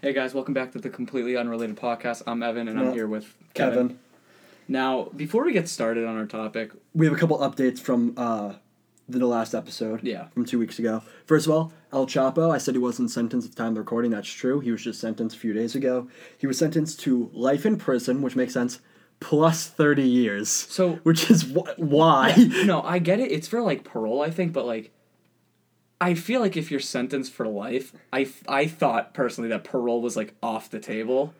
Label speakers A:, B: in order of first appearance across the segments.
A: Hey guys, welcome back to the completely unrelated podcast. I'm Evan and I'm
B: No.
A: here with Kevin.
B: Kevin.
A: Now, before we get started on our topic,
B: We have a couple updates from uh, the last episode.
A: Yeah.
B: From two weeks ago. First of all, El Chapo, I said he wasn't sentenced at the time of the recording. That's true. He was just sentenced a few days ago. He was sentenced to life in prison, which makes sense, plus 30 years.
A: So-
B: Which is wh- why.
A: no, I get it. It's for like parole, I think, but like I feel like if you're sentenced for life, I I thought personally that parole was like off the table.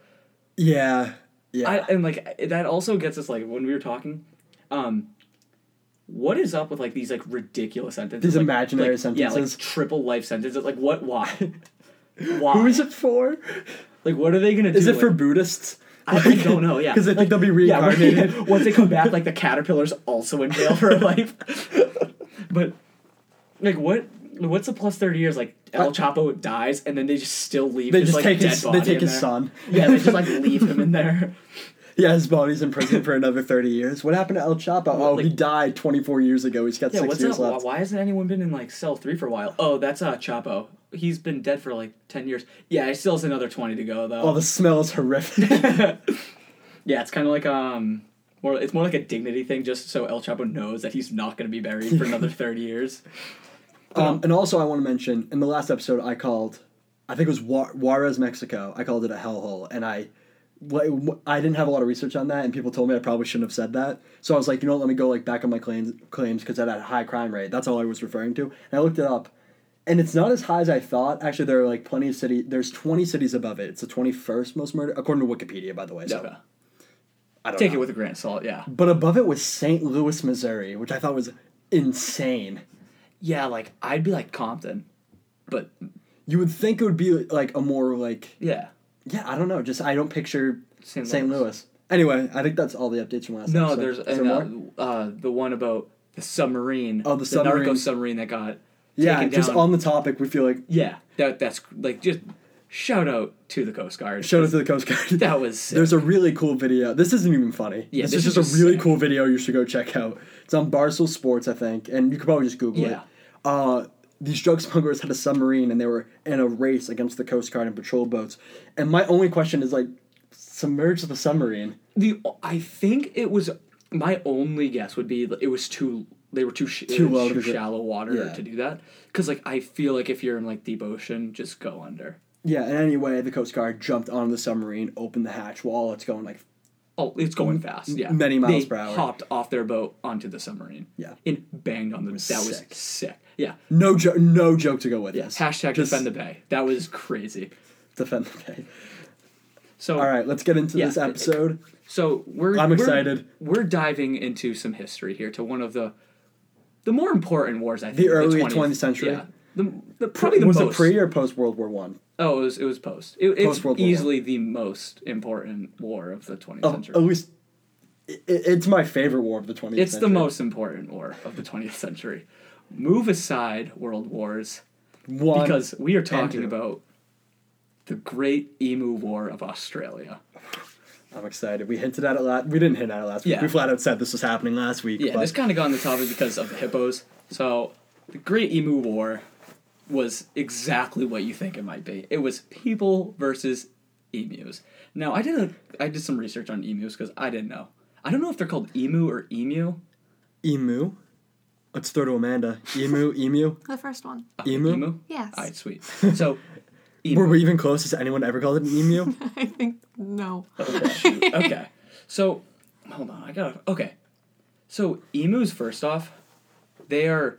B: yeah. Yeah.
A: I and like that also gets us like when we were talking um what is up with like these like ridiculous sentences?
B: These
A: like,
B: imaginary
A: like, Yeah, like
B: sentences.
A: triple life sentences. Like what why? Why?
B: Who is it for?
A: Like what are they going to do?
B: Is it
A: Like,
B: for Buddhists?
A: I, I don't know. Yeah,
B: Because they think they'll be
A: Yeah, when-
B: reincarnated.
A: once they come back, like the caterpillar's also in jail for life. but like, what? What's the plus thirty years? Like El Chapo dies, and then they just still leave.
B: They
A: his,
B: just
A: like,
B: take
A: dead
B: his,
A: body
B: they take
A: in
B: his
A: there.
B: son.
A: Yeah, they just like leave him in there.
B: Yeah, his body's in prison for another 30 years. What happened to El Chapo? Oh, he
A: like-
B: died 24 years ago. He's got
A: Yeah,
B: six
A: what's
B: years
A: up? Why,
B: left.
A: why hasn't anyone been in like cell three for a while? Oh, that's uh Chapo. He's been dead for like ten years. Yeah, he still has another twenty to go
B: Oh,
A: though.
B: the smell is horrific.
A: yeah, it's kind of like um. More, it's more like a dignity thing, just so El Chapo knows that he's not going to be buried for another thirty years.
B: um, and also, I want to mention in the last episode, I called, I think it was Wa- Juarez, Mexico. I called it a hellhole. And I wh- I didn't have a lot of research on that. And people told me I probably shouldn't have said that. So I was like, you know what? Let me go like back on my claims claims because that had a high crime rate. That's all I was referring to. And I looked it up. And it's not as high as I thought. Actually, there are like plenty of city. There's 20 cities above it. It's the 21st most murder, according to Wikipedia, by the way. So
A: Okay.
B: I don't
A: Take
B: know.
A: it with a grain of salt, yeah.
B: But above it was St. Louis, Missouri, which I thought was insane.
A: Yeah, like I'd be like Compton, but
B: You would think it would be like a more like
A: yeah.
B: yeah, I don't know. Just I don't picture
A: St.
B: St. Louis. Anyway, I think that's all the updates from last.
A: No,
B: episode.
A: there's
B: Is
A: and, uh, uh, the one about the submarine.
B: Oh, the
A: narco
B: submarine.
A: submarine that got
B: yeah,
A: taken
B: just
A: down.
B: on the topic, we feel like
A: yeah, that that's like just shout out to the Coast Guard.
B: shout out to the Coast Guard.
A: that was sick.
B: There's a really cool video. This isn't even funny.
A: Yeah,
B: this,
A: this
B: is
A: is
B: just
A: just
B: a really
A: sick.
B: cool video you should go check out. It's on Barstool Sports, I think, and you could probably just Google
A: Yeah.
B: it. Uh, these drug smugglers had a submarine and they were in a race against the Coast Guard and patrol boats. And my only question is like, submerge the submarine.
A: the I think it was my only guess would be that it was too they were too sh-
B: Too
A: it was
B: low
A: too
B: to go-
A: shallow water
B: yeah.
A: to do that because like I feel like if you're in like deep ocean, just go under.
B: Yeah. And anyway, the Coast Guard jumped on the submarine, opened the hatch while it's going like
A: Oh, it's going fast. Yeah,
B: many miles
A: they
B: per hour.
A: Hopped off their boat onto the submarine.
B: Yeah.
A: and banged on the. that
B: sick.
A: was sick. Yeah.
B: no joke, no joke to go with this.
A: Hashtag
B: Just
A: defend the bay. That was crazy.
B: defend the day.
A: So
B: All right, let's get into
A: Yeah.
B: this episode.
A: So we're
B: I'm
A: we're-
B: excited.
A: We're diving into some history here to one of the the more important wars I think of
B: early
A: 20th
B: 20th century.
A: Yeah. The, the probably the
B: was
A: most
B: it pre or post World War One?
A: Oh, it was it was post. It, it's
B: Post-World War
A: easily the most important war of the 20th
B: Oh,
A: century.
B: at least i it's my favorite war of the 20th
A: it's
B: century.
A: the most important war of the 20th century. Move aside world wars
B: One,
A: because we are talking
B: two.
A: about the Great Emu War of Australia.
B: I'm excited. We hinted at it last. We didn't hint at it last week.
A: Yeah.
B: We flat out said this was happening last week.
A: Yeah,
B: but
A: this kind of got on the topic because of the hippos. So, the Great Emu War was exactly what you think it might be. It was people versus emus. Now, I did a, I did some research on emus because I didn't know. I don't know if they're called emu or emu.
B: emu. Let's throw to Amanda. Emu, emu,
C: The first one.
B: emu.
A: Uh, Emu.
C: Yes.
A: All right, sweet. So,
B: Were we even close? Has anyone ever called it an emu?
C: I think no.
A: okay. So, hold on. I gotta. Okay. So, emus, first off, they are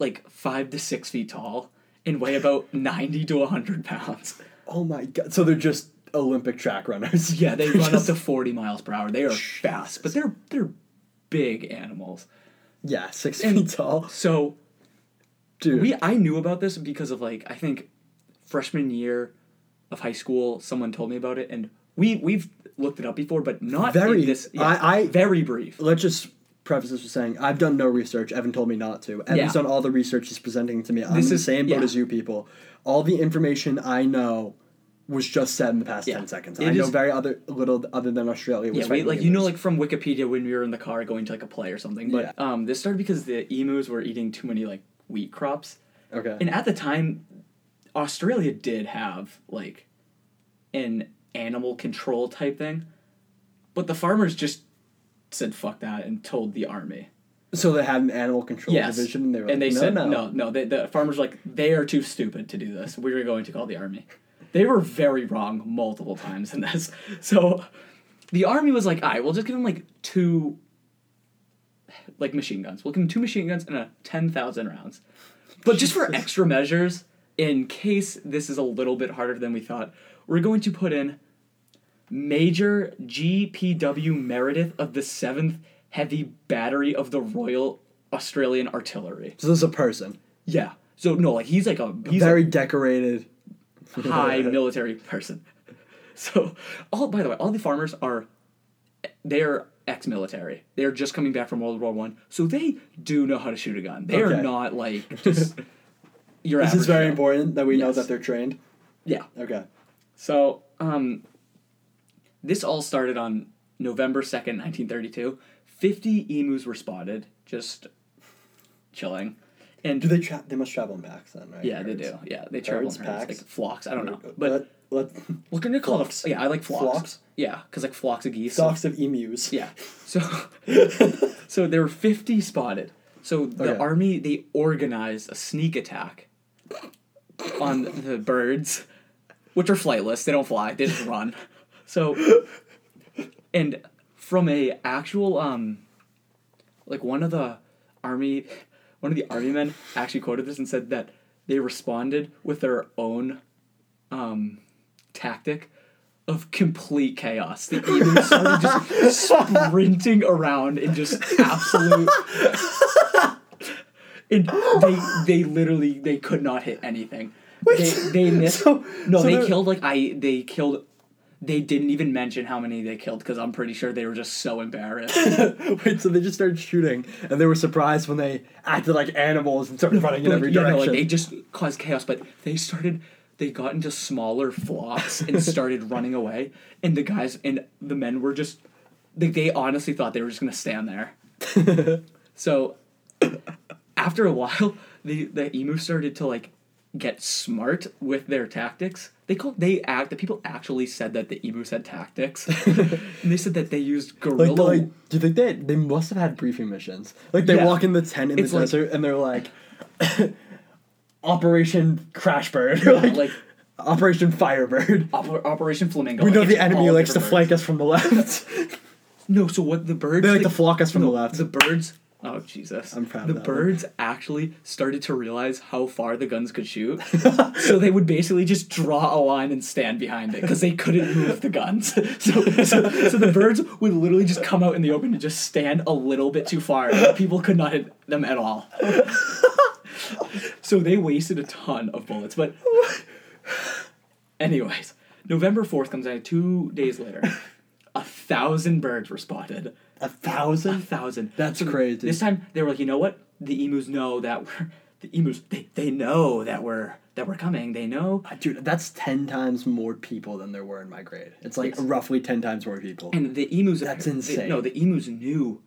A: like five to six feet tall and weigh about 90 to 100 pounds.
B: oh my god! So they're just Olympic track runners.
A: Yeah, they run up to 40 miles per hour. They are fast, but they're they're big animals.
B: Yeah, six
A: And-
B: feet tall,
A: So,
B: dude.
A: we I knew about this because of like I think freshman year of high school someone told me about it and we we've looked it up before but not in
B: Very-
A: this
B: I- I-
A: very brief.
B: Let's just preface this with saying I've done no research. Evan told me not to. Evan's
A: Yeah.
B: done all the research he's presenting to me. I'm
A: This
B: the
A: is-
B: same boat
A: yeah.
B: as you people. All the information I know was just said in the past ten seconds.
A: It
B: I know
A: is-
B: very other little other than Australia. Was
A: Yeah, we,
B: fighting
A: like you know,
B: emus.
A: like from Wikipedia when we were in the car going to like a play or something. But
B: Yeah.
A: um, this started because the emus were eating too many like wheat crops,
B: okay.
A: and at the time, Australia did have like an animal control type thing. But the farmers just said fuck that and told the army.
B: So they had an animal control
A: Yes.
B: division, and they were
A: and
B: like,
A: they
B: no,
A: said
B: no.
A: no, no. they, the farmers were like they are too stupid to do this. We're going to call the army. They were very wrong multiple times in this. So the army was like, "All right, we'll just give them like two, like machine guns. We'll give them two machine guns and a ten thousand rounds, but just for extra measures in case this is a little bit harder than we thought. We're going to put in Major G.P.W. Meredith of the Seventh Heavy Battery of the Royal Australian Artillery."
B: So this is a person,
A: Yeah. So no, like he's like a he's
B: very decorated.
A: a high military person. So all by the way, all the farmers are they're ex-military. They're just coming back from World War One, so they do know how to shoot a gun. They
B: Okay.
A: are not like just your
B: This is
A: average
B: very
A: guy.
B: important that we know
A: Yes.
B: that they're trained.
A: Yeah.
B: Okay.
A: So, um, this all started on November 2nd, 1932. 50 emus were spotted, just chilling. And
B: Do they tra- They must travel in packs then, right?
A: yeah, they
B: Herds.
A: do. Yeah, they travel
B: Herds,
A: in herds,
B: packs?
A: like flocks. I don't know, but
B: But let,
A: Well, can they call
B: Flocks.
A: it? Yeah, I like flocks.
B: Flocks?
A: Yeah, because like flocks of geese.
B: stocks of emus.
A: Yeah. So, so there were fifty spotted. So the
B: Okay.
A: army they organized a sneak attack on the birds, which are flightless. They don't fly. They just run. So, and from a actual um, like one of the army, one of the army men actually quoted this and said that they responded with their own um, tactic of complete chaos. The emus started just sprinting around in just absolute. And they they literally they could not hit anything. They, they missed.
B: so-
A: no,
B: so
A: they
B: they're-
A: killed like I. They killed. They didn't even mention how many they killed because I'm pretty sure they were just so embarrassed.
B: Wait, so they just started shooting, and they were surprised when they acted like animals and started running in
A: Like,
B: every
A: yeah,
B: direction.
A: no, like they just caused chaos, but they started they got into smaller flocks and started running away. And the guys and the men were just they, they honestly thought they were just gonna stand there. so after a while, the the emu started to like get smart with their tactics. They called they act the people actually said that the emus had tactics. and they said that they used gorilla
B: Like, they're like, do you think they they must have had briefing missions? Like they
A: Yeah.
B: walk in the tent in
A: It's
B: the
A: like-
B: desert and they're like, Operation Crash Bird, or like,
A: like
B: Operation Firebird.
A: Oper- Operation Flamingo.
B: We know
A: like,
B: the
A: it's
B: enemy
A: all
B: likes to
A: different
B: flank us from the left.
A: No, so what the birds
B: they like to flock us from the left.
A: The birds. Oh Jesus!
B: I'm proud of
A: The
B: that one.
A: birds actually started to realize how far the guns could shoot, so they would basically just draw a line and stand behind it because they couldn't move the guns. So, so, so the birds would literally just come out in the open and just stand a little bit too far. and People could not hit them at all. So they wasted a ton of bullets, but. Anyways, November 4th comes out two days later. A thousand birds were spotted.
B: A
A: A
B: thousand.
A: thousand.
B: That's crazy.
A: This time they were like, you know what? The emus know that we're the emus. They, they know that we're that we're coming. They know.
B: Dude, that's ten times more people than there were in my grade. It's like roughly ten times more people.
A: And the emus.
B: That's
A: they-
B: insane.
A: no, the emus knew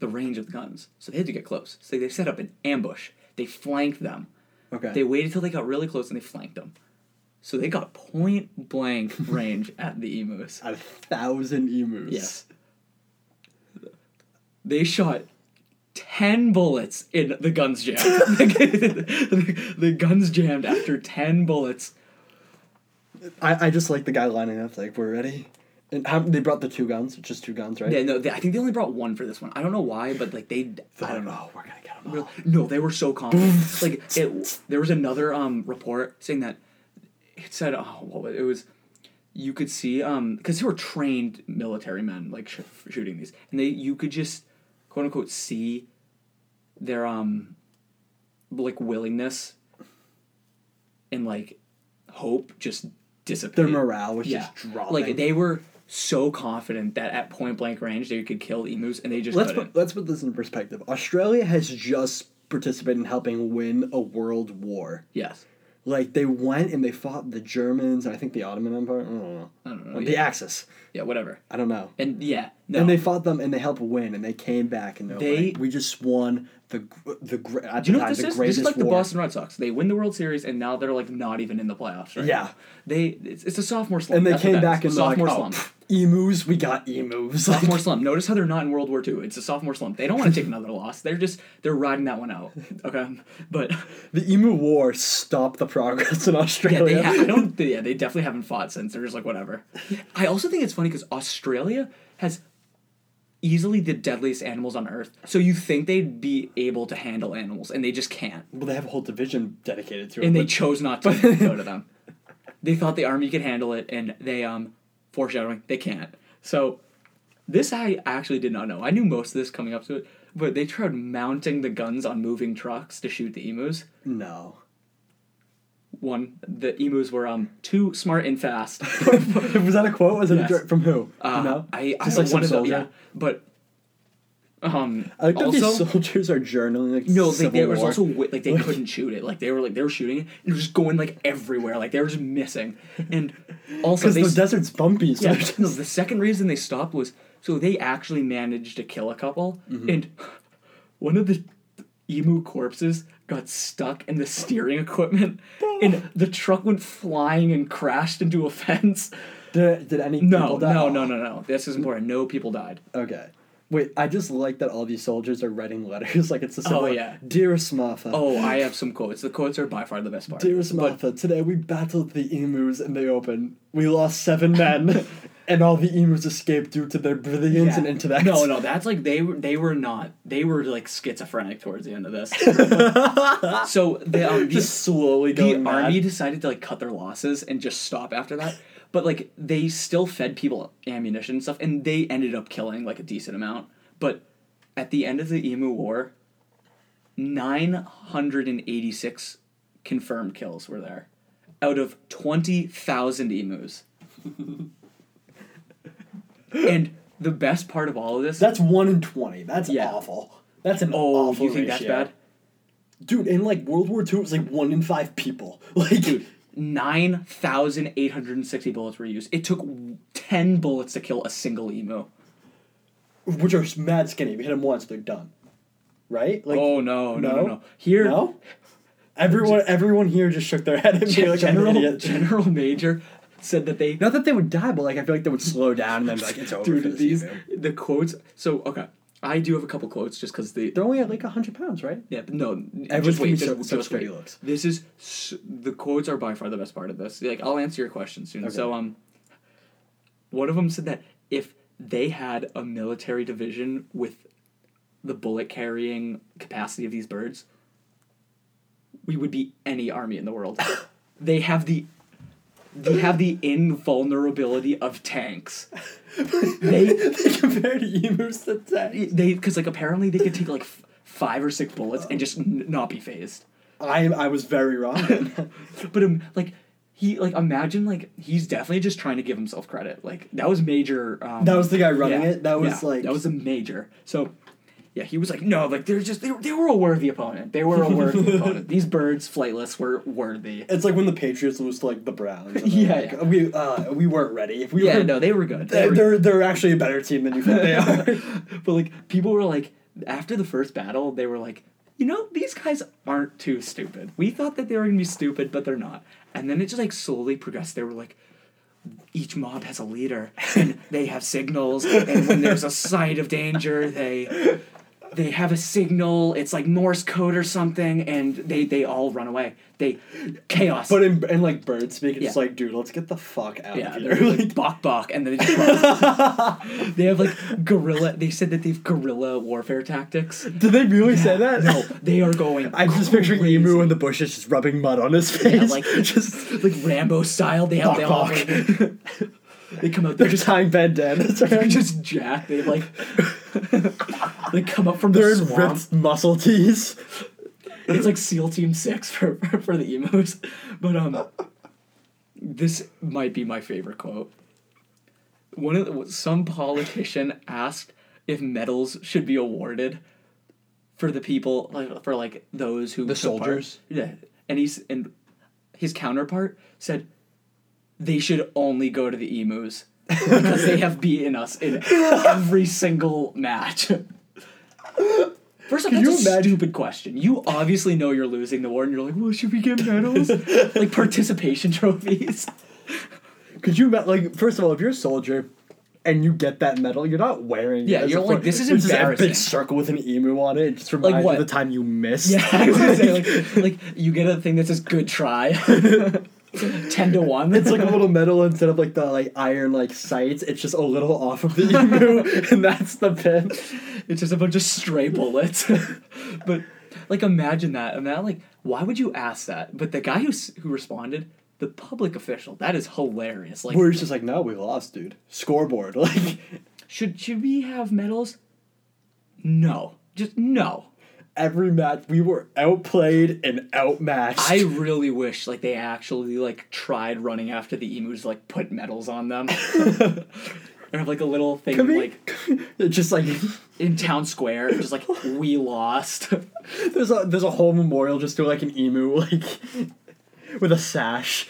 A: the range of the guns, so they had to get close. So they set up an ambush. They flanked them.
B: Okay.
A: They waited till they got really close and they flanked them. So they got point blank range at the emus.
B: a thousand emus.
A: Yes. They shot ten bullets in the guns jammed. the, guns jammed after ten bullets.
B: I, I just like the guy lining up like we're ready. And how, they brought the two guns, just two guns, right?
A: Yeah, no, they, I think they only brought one for this one. I don't know why, but like they, I don't know.
B: Oh, we're gonna get them.
A: Real- No, they were so confident. like it, there was another um report saying that it said oh what was it was you could see um because they were trained military men like sh- shooting these and they you could just quote unquote see their um like willingness and like hope just dissipate
B: Their morale was just dropping.
A: like they were so confident that at point blank range they could kill emus and they just
B: let's
A: couldn't.
B: put let's put this in perspective. Australia has just participated in helping win a world war.
A: yes
B: Like they went and they fought the Germans and I think the Ottoman Empire. I don't know.
A: I don't know
B: The Axis.
A: yeah whatever
B: I don't know.
A: and yeah no
B: And they fought them and they helped win and they came back and they're
A: They-
B: like, we just won the gr- the gr- at
A: Do you know
B: the
A: what this
B: time the
A: is? This
B: greatest
A: is like the
B: war.
A: Boston Red Sox. They win the World Series and now they're like not even in the playoffs. Right
B: Yeah.
A: they it's, it's a sophomore slump.
B: and they
A: That's what
B: came
A: that
B: back
A: is.
B: and they're like,
A: sophomore
B: oh,
A: slump.
B: pff, emus, we got emus. Like,
A: sophomore slump. Notice how they're not in World War II. It's a sophomore slump. They don't want to take another loss. They're just they're riding that one out. Okay, but
B: the emu war stopped the progress in
A: yeah,
B: Australia.
A: they ha- I don't. They, yeah, they definitely haven't fought since. They're just like whatever. I also think it's funny because Australia has easily the deadliest animals on Earth. So you think they'd be able to handle animals, and they just can't.
B: well, they have a whole division dedicated to it.
A: And they
B: but-
A: chose not to go to them. They thought the army could handle it, and they um foreshadowing they can't. So this I actually did not know. I knew most of this coming up to it, but they tried mounting the guns on moving trucks to shoot the emus.
B: no.
A: One, the emus were um too smart and fast.
B: was that a quote? Was it
A: Yes.
B: a dir- from who?
A: Uh,
B: you know,
A: I, I
B: just
A: like
B: like some
A: one of them,
B: soldier.
A: yeah. But um,
B: I like that these
A: also
B: soldiers are journaling. Like,
A: no, like
B: Civil
A: there was
B: War.
A: also wi- like they couldn't shoot it. Like they were like they were shooting it. It was just going like everywhere. Like they were just missing. And also
B: because
A: they
B: the
A: s-
B: desert's bumpy. So
A: yeah,
B: yeah.
A: no, the second reason they stopped was so they actually managed to kill a couple, and one of the emu corpses got stuck in the steering equipment, and the truck went flying and crashed into a fence.
B: did, did any
A: No,
B: people die?
A: no, no, no, no. This is important. No people died.
B: Okay. Wait, I just like that all these soldiers are writing letters like it's the Civil
A: Oh,
B: War.
A: yeah.
B: Dearest Martha.
A: Oh, I have some quotes. The quotes are by far the best part.
B: Dearest Martha, today we battled the emus in the open. We lost seven men, and all the emus escaped due to their brilliance and intellect.
A: No, no, that's like they were they were not they were like schizophrenic towards the end of this. so the um, the,
B: Just slowly
A: the
B: going mad.
A: army decided to like cut their losses and just stop after that. But like they still fed people ammunition and stuff, and they ended up killing like a decent amount. But at the end of the Emu War, nine hundred and eighty six confirmed kills were there, out of twenty thousand emus. and the best part of all of this,
B: That's one in twenty. That's
A: Yeah.
B: awful. That's an
A: oh,
B: awful.
A: you think that's
B: ratio.
A: bad?
B: dude? In like World War II, it was like one in five people. Like, dude,
A: 9,860 bullets were used. It took 10 bullets to kill a single emu.
B: which are mad skinny. We hit them once, they're done. Right? Like,
A: Oh, no, no, no,
B: No?
A: no. Here,
B: no. Everyone, everyone here just shook their head and be like, "I'm an
A: General,
B: idiot."
A: General Major said that they.
B: Not that they would die, but like I feel like they would slow down and then be like, "It's over." for
A: Dude,
B: this
A: these.
B: emu."
A: The quotes. So, okay. I do have a couple quotes just because they.
B: they're only at like hundred pounds, right?
A: Yeah, but no.
B: Everyone's
A: just wait,
B: gonna be so-
A: just-
B: so
A: just
B: sturdy
A: wait.
B: looks.
A: This is s- the quotes are by far the best part of this. Like, I'll answer your question soon. So, um, one of them said that if they had a military division with the bullet carrying capacity of these birds, we would be any army in the world. they have the they have the invulnerability of tanks. They
B: they compare to emus to ten.
A: they because like apparently they could take like f- five or six bullets and just n- not be phased
B: I I was very wrong.
A: but um like he like imagine like he's definitely just trying to give himself credit like that was major um,
B: That was the guy running it? That was,
A: yeah,
B: like-
A: that was a major so yeah he was like no like they're just they, they were a worthy opponent they were a worthy opponent these birds flightless were worthy
B: it's like when the Patriots lose to like the Browns. and they're
A: Yeah,
B: like,
A: yeah.
B: we uh, we weren't ready. If we
A: yeah
B: were,
A: no they were good They
B: they're,
A: were-
B: they're they're actually a better team than you think they are.
A: but like people were like after the first battle they were like you know these guys aren't too stupid we thought that they were gonna be stupid but they're not and then it just like slowly progressed they were like each mob has a leader and they have signals and when there's a sight of danger they they have a signal it's like morse code or something and they they all run away they chaos
B: But in, in like bird speak, it's
A: Yeah.
B: just like, dude, let's get the fuck out
A: yeah,
B: of
A: they're
B: here.
A: like bok bok, and then they just they have like guerrilla. They said that they've guerrilla warfare tactics.
B: Did they really say that?
A: No, they are going.
B: I'm just picturing
A: crazy.
B: Emu in the bushes just rubbing mud on his face.
A: Yeah, like
B: just
A: like Rambo style. They have they all
B: Bok,
A: they come out. They're
B: they're
A: just
B: tying bandanas
A: they're
B: around.
A: just jacked. They like they come up from
B: they're
A: the
B: in
A: swamp.
B: ripped muscle tees.
A: It's like SEAL Team Six for for, for the emos. But um, this might be my favorite quote. One of the, some politician asked if medals should be awarded for the people like for like those who the
B: soldiers?
A: Yeah, and he's and his counterpart said they should only go to the emus because they have beaten us in every single match. First off, that's
B: Can you
A: a
B: imagine-
A: stupid question. You obviously know you're losing the war, and you're like, "Well, should we get medals, like participation trophies?"
B: Could you ima- like first of all, if you're a soldier and you get that medal, you're not wearing. it
A: Yeah,
B: as a
A: you're like,
B: flag.
A: this is
B: It's just a
A: embarrassing.
B: big circle with an emu on it. It Just reminds you
A: what?
B: of the time you missed.
A: Yeah, I was gonna say like, like you get a thing that says "good try," ten to one.
B: It's like a little medal instead of like the like iron like sights. It's just a little off of the emu, and that's the pin.
A: It's just a bunch of stray bullets. but like imagine that. And that like why would you ask that? But the guy who s- who responded, the public official, that is hilarious. Like
B: Where it's just like, no, we lost, dude. Scoreboard, like
A: should should we have medals? No. Just no.
B: every match we were outplayed and outmatched.
A: I really wish like they actually like tried running after the emus to, like put medals on them. Or have like a little thing
B: I mean,
A: like
B: it's just like
A: in town square, just like we lost.
B: there's a there's a whole memorial just to like an emu like with a sash.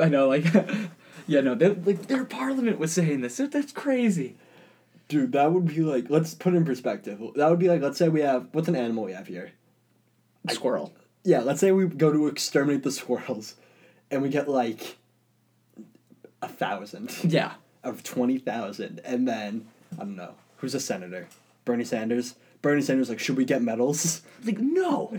A: I know, like yeah, no, they, like their parliament was saying this. That- That's crazy.
B: Dude, that would be like let's put it in perspective. That would be like let's say we have what's an animal we have here?
A: Squirrel.
B: Yeah, let's say we go to exterminate the squirrels and we get like a thousand
A: Yeah.
B: of twenty thousand and then I don't know, who's a senator? Bernie Sanders. Bernie Sanders like, should we get medals?
A: Like no.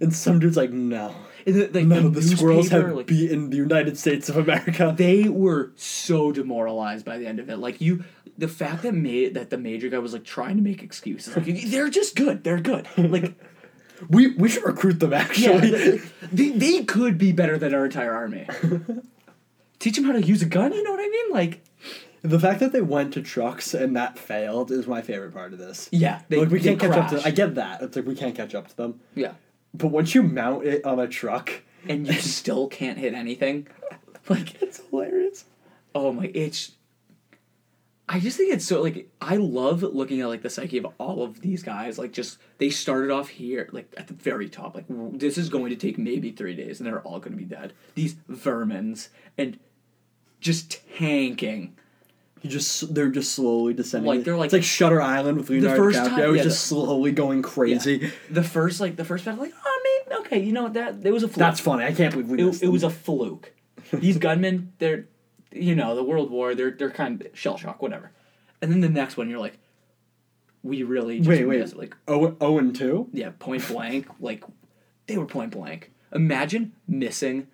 B: And some dude's like, no.
A: And the, like,
B: None of the squirrels
A: newspaper,
B: have
A: like,
B: beaten the United States of America.
A: they were so demoralized by the end of it. Like you, the fact that made that the major guy was like trying to make excuses. Like they're just good. They're good. Like
B: We we should recruit them
A: yeah,
B: actually.
A: they, they they could be better than our entire army. Teach them how to use a gun. You know what I mean? Like
B: The fact that they went to trucks and that failed is my favorite part of this.
A: yeah, they
B: like we
A: they
B: can't catch up to.
A: crashed.
B: I get that. It's like we can't catch up to them.
A: yeah,
B: But once you mount it on a truck,
A: and you still can't hit anything. Like
B: it's hilarious.
A: Oh my, it's. I just think it's so like I love looking at like the psyche of all of these guys. Like just they started off here, like at the very top. Like w- this is going to take maybe three days, and they're all going to be dead. These vermins and just tanking.
B: You just they're just slowly descending.
A: Like, they're like-
B: it's like Shutter Island with Leonardo
A: first
B: DiCaprio.
A: time-
B: he's
A: yeah,
B: just slowly going crazy.
A: The first like the first battle, like oh man, okay, you know what that it was a fluke.
B: That's funny. I can't believe we missed
A: it, it
B: them.
A: was a fluke. These gunmen, they're, you know, the World War, they're they're kind of shell shock, whatever. And then the next one, you're like, we really just
B: Wait, wait.
A: missed, like
B: Oh, oh, and two.
A: Yeah, point blank. Like they were point blank. Imagine missing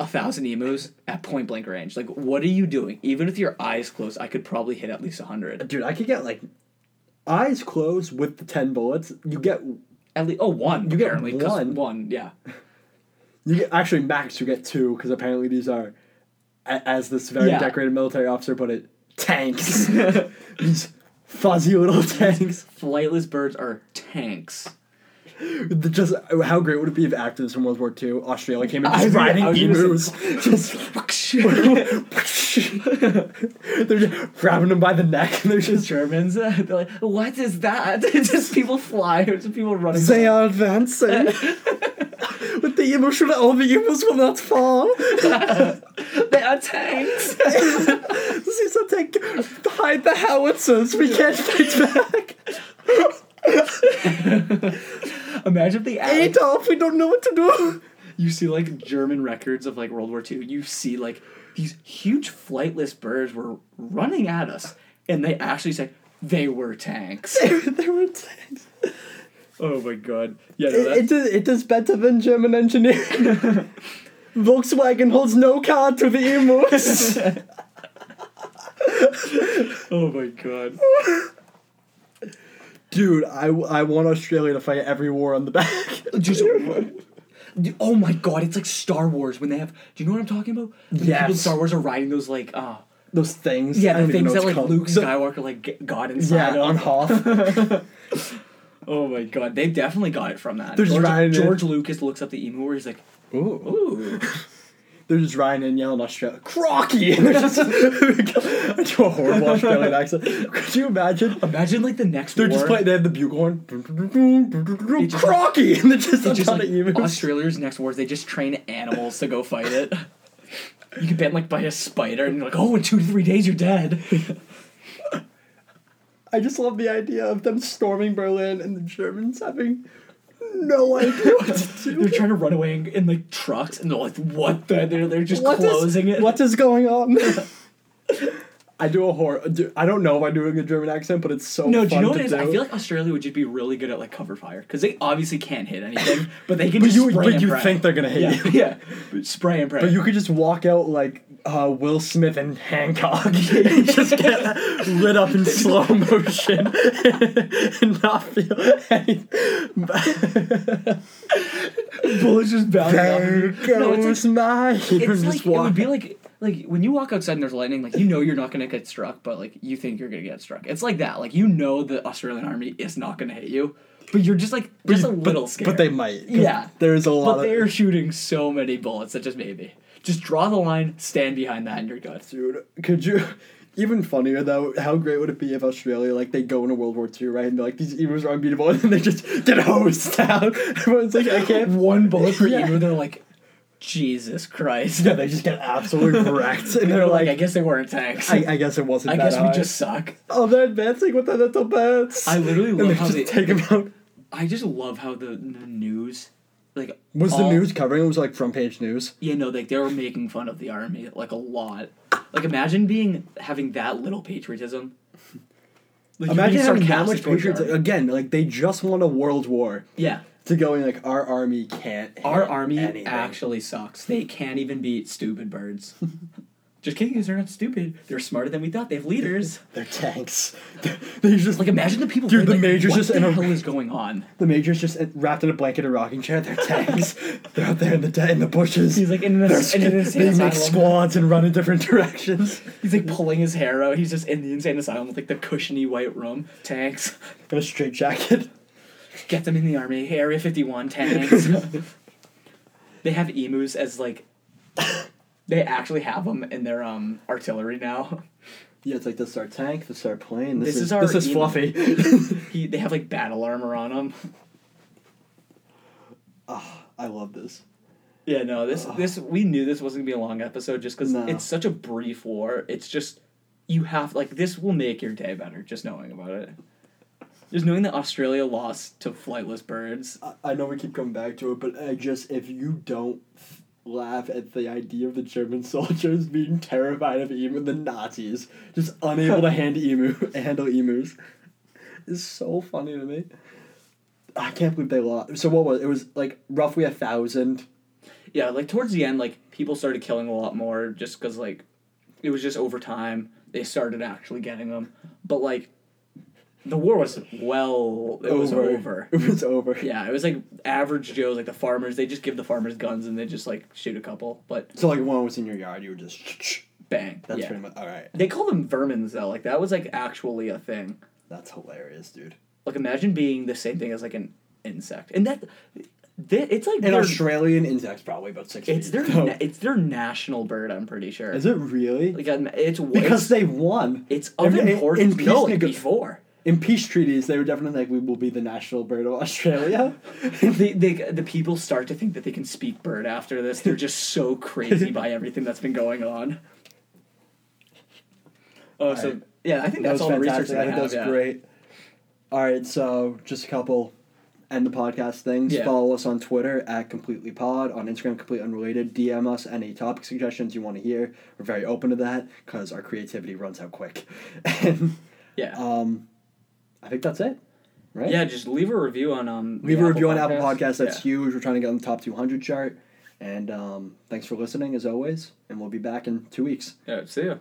A: a thousand emus at point blank range. Like, what are you doing? Even with your eyes closed, I could probably hit at least a hundred.
B: Dude, I could get like eyes closed with the ten bullets. You get
A: At least, oh, one. You
B: get
A: apparently, 'cause
B: one.
A: One, yeah.
B: You get, actually max you get two because apparently these are, a- as this very
A: Yeah.
B: decorated military officer put it, tanks. these fuzzy little tanks.
A: Flightless birds are tanks.
B: The- Just how great would it be if after this in World War II, Australia came in just
A: I was gonna-
B: riding
A: I was gonna
B: emus, just they're just grabbing them by the neck and they're just
A: Germans, they're like, what is that? It's just people flying, it's just people running.
B: they are advancing. With the emus, all the emus will not fall.
A: They are tanks.
B: This is a tank. Hide the howitzers. We can't fight back.
A: Imagine if they added
B: Adolf, we don't know what to do.
A: you see like German records of like World War II. You see like these huge flightless birds were running at us, and they actually say they were tanks.
B: they were tanks.
A: oh my god! Yeah, no,
B: It,
A: that's,
B: it, is, it is better than German engineering. Volkswagen holds no card to the emus.
A: oh my god!
B: Dude, I, I want Australia to fight every war on the back.
A: Just oh my god! It's like Star Wars when they have. Do you know what I'm talking about? When the People in
B: Yes.
A: Star Wars are riding those like uh
B: Those things. I
A: yeah the
B: don't even
A: things
B: know
A: that
B: what
A: like
B: it's called.
A: Luke
B: The-
A: Skywalker like g- got inside
B: Yeah, on
A: of.
B: Hoth.
A: Oh my god! They definitely got it from that.
B: They're just riding
A: George,
B: it.
A: George Lucas looks up the emu where he's like, ooh.
B: Ooh. They're just riding and yelling Australia. Crocky! And they're just. I do a horrible Australian accent. Could you imagine?
A: Imagine like the next.
B: They're
A: war.
B: just playing. They have the bugle horn.
A: just-
B: Crocky, and they're just,
A: It's just
B: on
A: like
B: the emus.
A: Australia's next wars, they just train animals to go fight it. You get bitten like by a spider, and you're like, oh, in two to three days you're dead.
B: I just love the idea of them storming Berlin and the Germans having no idea what to do.
A: They're trying to run away in, in like trucks, and they're like, "What the?" They're, they're just
B: What is-
A: closing it.
B: What is going on? I do a horror. do- I don't know if I'm doing a German accent, but it's so
A: No,
B: Fun
A: do you know what
B: to
A: it is?
B: do.
A: I feel like Australia would just be really good at like cover fire because they obviously can't hit anything, but they can
B: But
A: just
B: you-
A: spray
B: but
A: and
B: you
A: pray.
B: think they're gonna hit
A: yeah,
B: you.
A: Yeah, spray and pray.
B: But you could just walk out like uh, Will Smith and Hancock, just get lit up in slow motion, and not feel any.
A: bullets just bounce
B: There
A: off. No, it's like-
B: goes my.
A: it's like it would be like like when you walk outside and there's lightning, like you know you're not gonna get struck, but like you think you're gonna get struck. It's like that. Like you know the Australian army is not gonna hit you, but you're just like just a little scared.
B: But they might. 'cause
A: Yeah.
B: There's a lot
A: But
B: of.
A: they're shooting so many bullets that just maybe. Just draw the line, stand behind that, and you're good.
B: Dude, could you? Even funnier though, how great would it be if Australia, like, they go into World War II, right? And they're like, these emus are unbeatable, and then they just get hosed down. Everyone's like, I can't.
A: One bullet per
B: Yeah.
A: emu, they're like, Jesus Christ.
B: Yeah, they just get absolutely wrecked, and
A: They're like, I
B: I,
A: guess they weren't tanks. I,
B: I, guess it wasn't. that
A: guess we
B: high."
A: just suck.
B: Oh, they're advancing with their little bats.
A: I literally
B: And
A: love
B: they
A: how
B: just
A: they-
B: take them out.
A: I just love how the, the news, like,
B: Was
A: all-
B: the news covering? It was like front page news.
A: Yeah, no, like they were making fun of the army like a lot. Like imagine being having that little patriotism. Like, you being
B: Imagine having that
A: sarcastic
B: much
A: towards your
B: patriots.
A: army.
B: Again, like they just won a world war
A: Yeah,
B: to going like our army can't.
A: our
B: hit
A: army
B: anything.
A: actually sucks. They can't even beat stupid birds. Just kidding, 'cause they're not stupid. They're smarter than we thought. They have leaders.
B: they're tanks. they just
A: Like imagine the people.
B: Dude,
A: who are
B: the
A: like,
B: major's
A: what
B: just
A: the
B: in a-
A: hell is going on.
B: the major's just wrapped in a blanket and rocking chair. They're tanks. they're out there in the de- in the bushes.
A: He's like in an,
B: They're
A: ins- in an
B: sca- they
A: insane
B: make
A: asylum.
B: squads and run in different directions.
A: He's like pulling his hair out. He's just in the insane asylum with like the cushiony white room tanks.
B: In a straight jacket.
A: Get them in the army. Area 51 tanks. they have emus as like they actually have them in their um artillery now.
B: Yeah, it's like this is our tank. This is our plane. This,
A: This
B: is,
A: is our
B: this is
A: emo.
B: fluffy.
A: He they have like battle armor on them.
B: I love this.
A: Yeah, no, this this we knew this wasn't gonna be a long episode just because
B: No.
A: it's such a brief war. It's just you have like this will make your day better just knowing about it. Just knowing that Australia lost to flightless birds.
B: I- I know we keep coming back to it, but I just if you don't f- laugh at the idea of the German soldiers being terrified of emu, the Nazis just unable to hand emu handle emus, is so funny to me. I can't believe they lost. So what was it? Was like roughly a thousand.
A: Yeah, like towards the end, like people started killing a lot more just because like it was just over time they started actually getting them. But like the war was well, it was over.
B: It was over.
A: Yeah, it was like average Joe's, like the farmers. They just give the farmers guns and they just like shoot a couple, but
B: So like one was in your yard, you were just. "Shh, shh."
A: bang.
B: That's
A: yeah.
B: pretty much all right.
A: They call them vermins though. Like that was like actually a thing.
B: That's hilarious, dude.
A: Like imagine being the same thing as like an insect, and that, that it's like
B: An
A: their,
B: Australian insect's probably about six.
A: it's their
B: feet.
A: na- it's their national bird. I'm pretty sure.
B: Is it really?
A: Like um, it's
B: because they won.
A: It's of
B: In- in-
A: importance.
B: in peace
A: No, like
B: nego-
A: before.
B: In peace treaties, they were definitely like, "We will be the national bird of Australia."
A: they, they, the people start to think that they can speak bird after this. They're just so crazy by everything that's been going on. Oh, so
B: Alright.
A: yeah, I think
B: that
A: that's
B: was
A: all the research
B: fantastic.
A: that I
B: I think
A: have.
B: that was
A: yeah.
B: great. All right, so just a couple end the podcast things.
A: Yeah.
B: Follow us on Twitter at Completely Pod, on Instagram Complete Unrelated. DM us any topic suggestions you want to hear. We're very open to that because our creativity runs out quick. and
A: Yeah,
B: um, I think that's it. Right?
A: yeah. Just leave a review on um. the
B: Leave a review on Apple Podcasts.
A: Podcasts.
B: That's
A: Yeah.
B: huge. We're trying to get on the top 200 chart. And um, thanks for listening, as always. And we'll be back in two weeks.
A: Yeah, see you.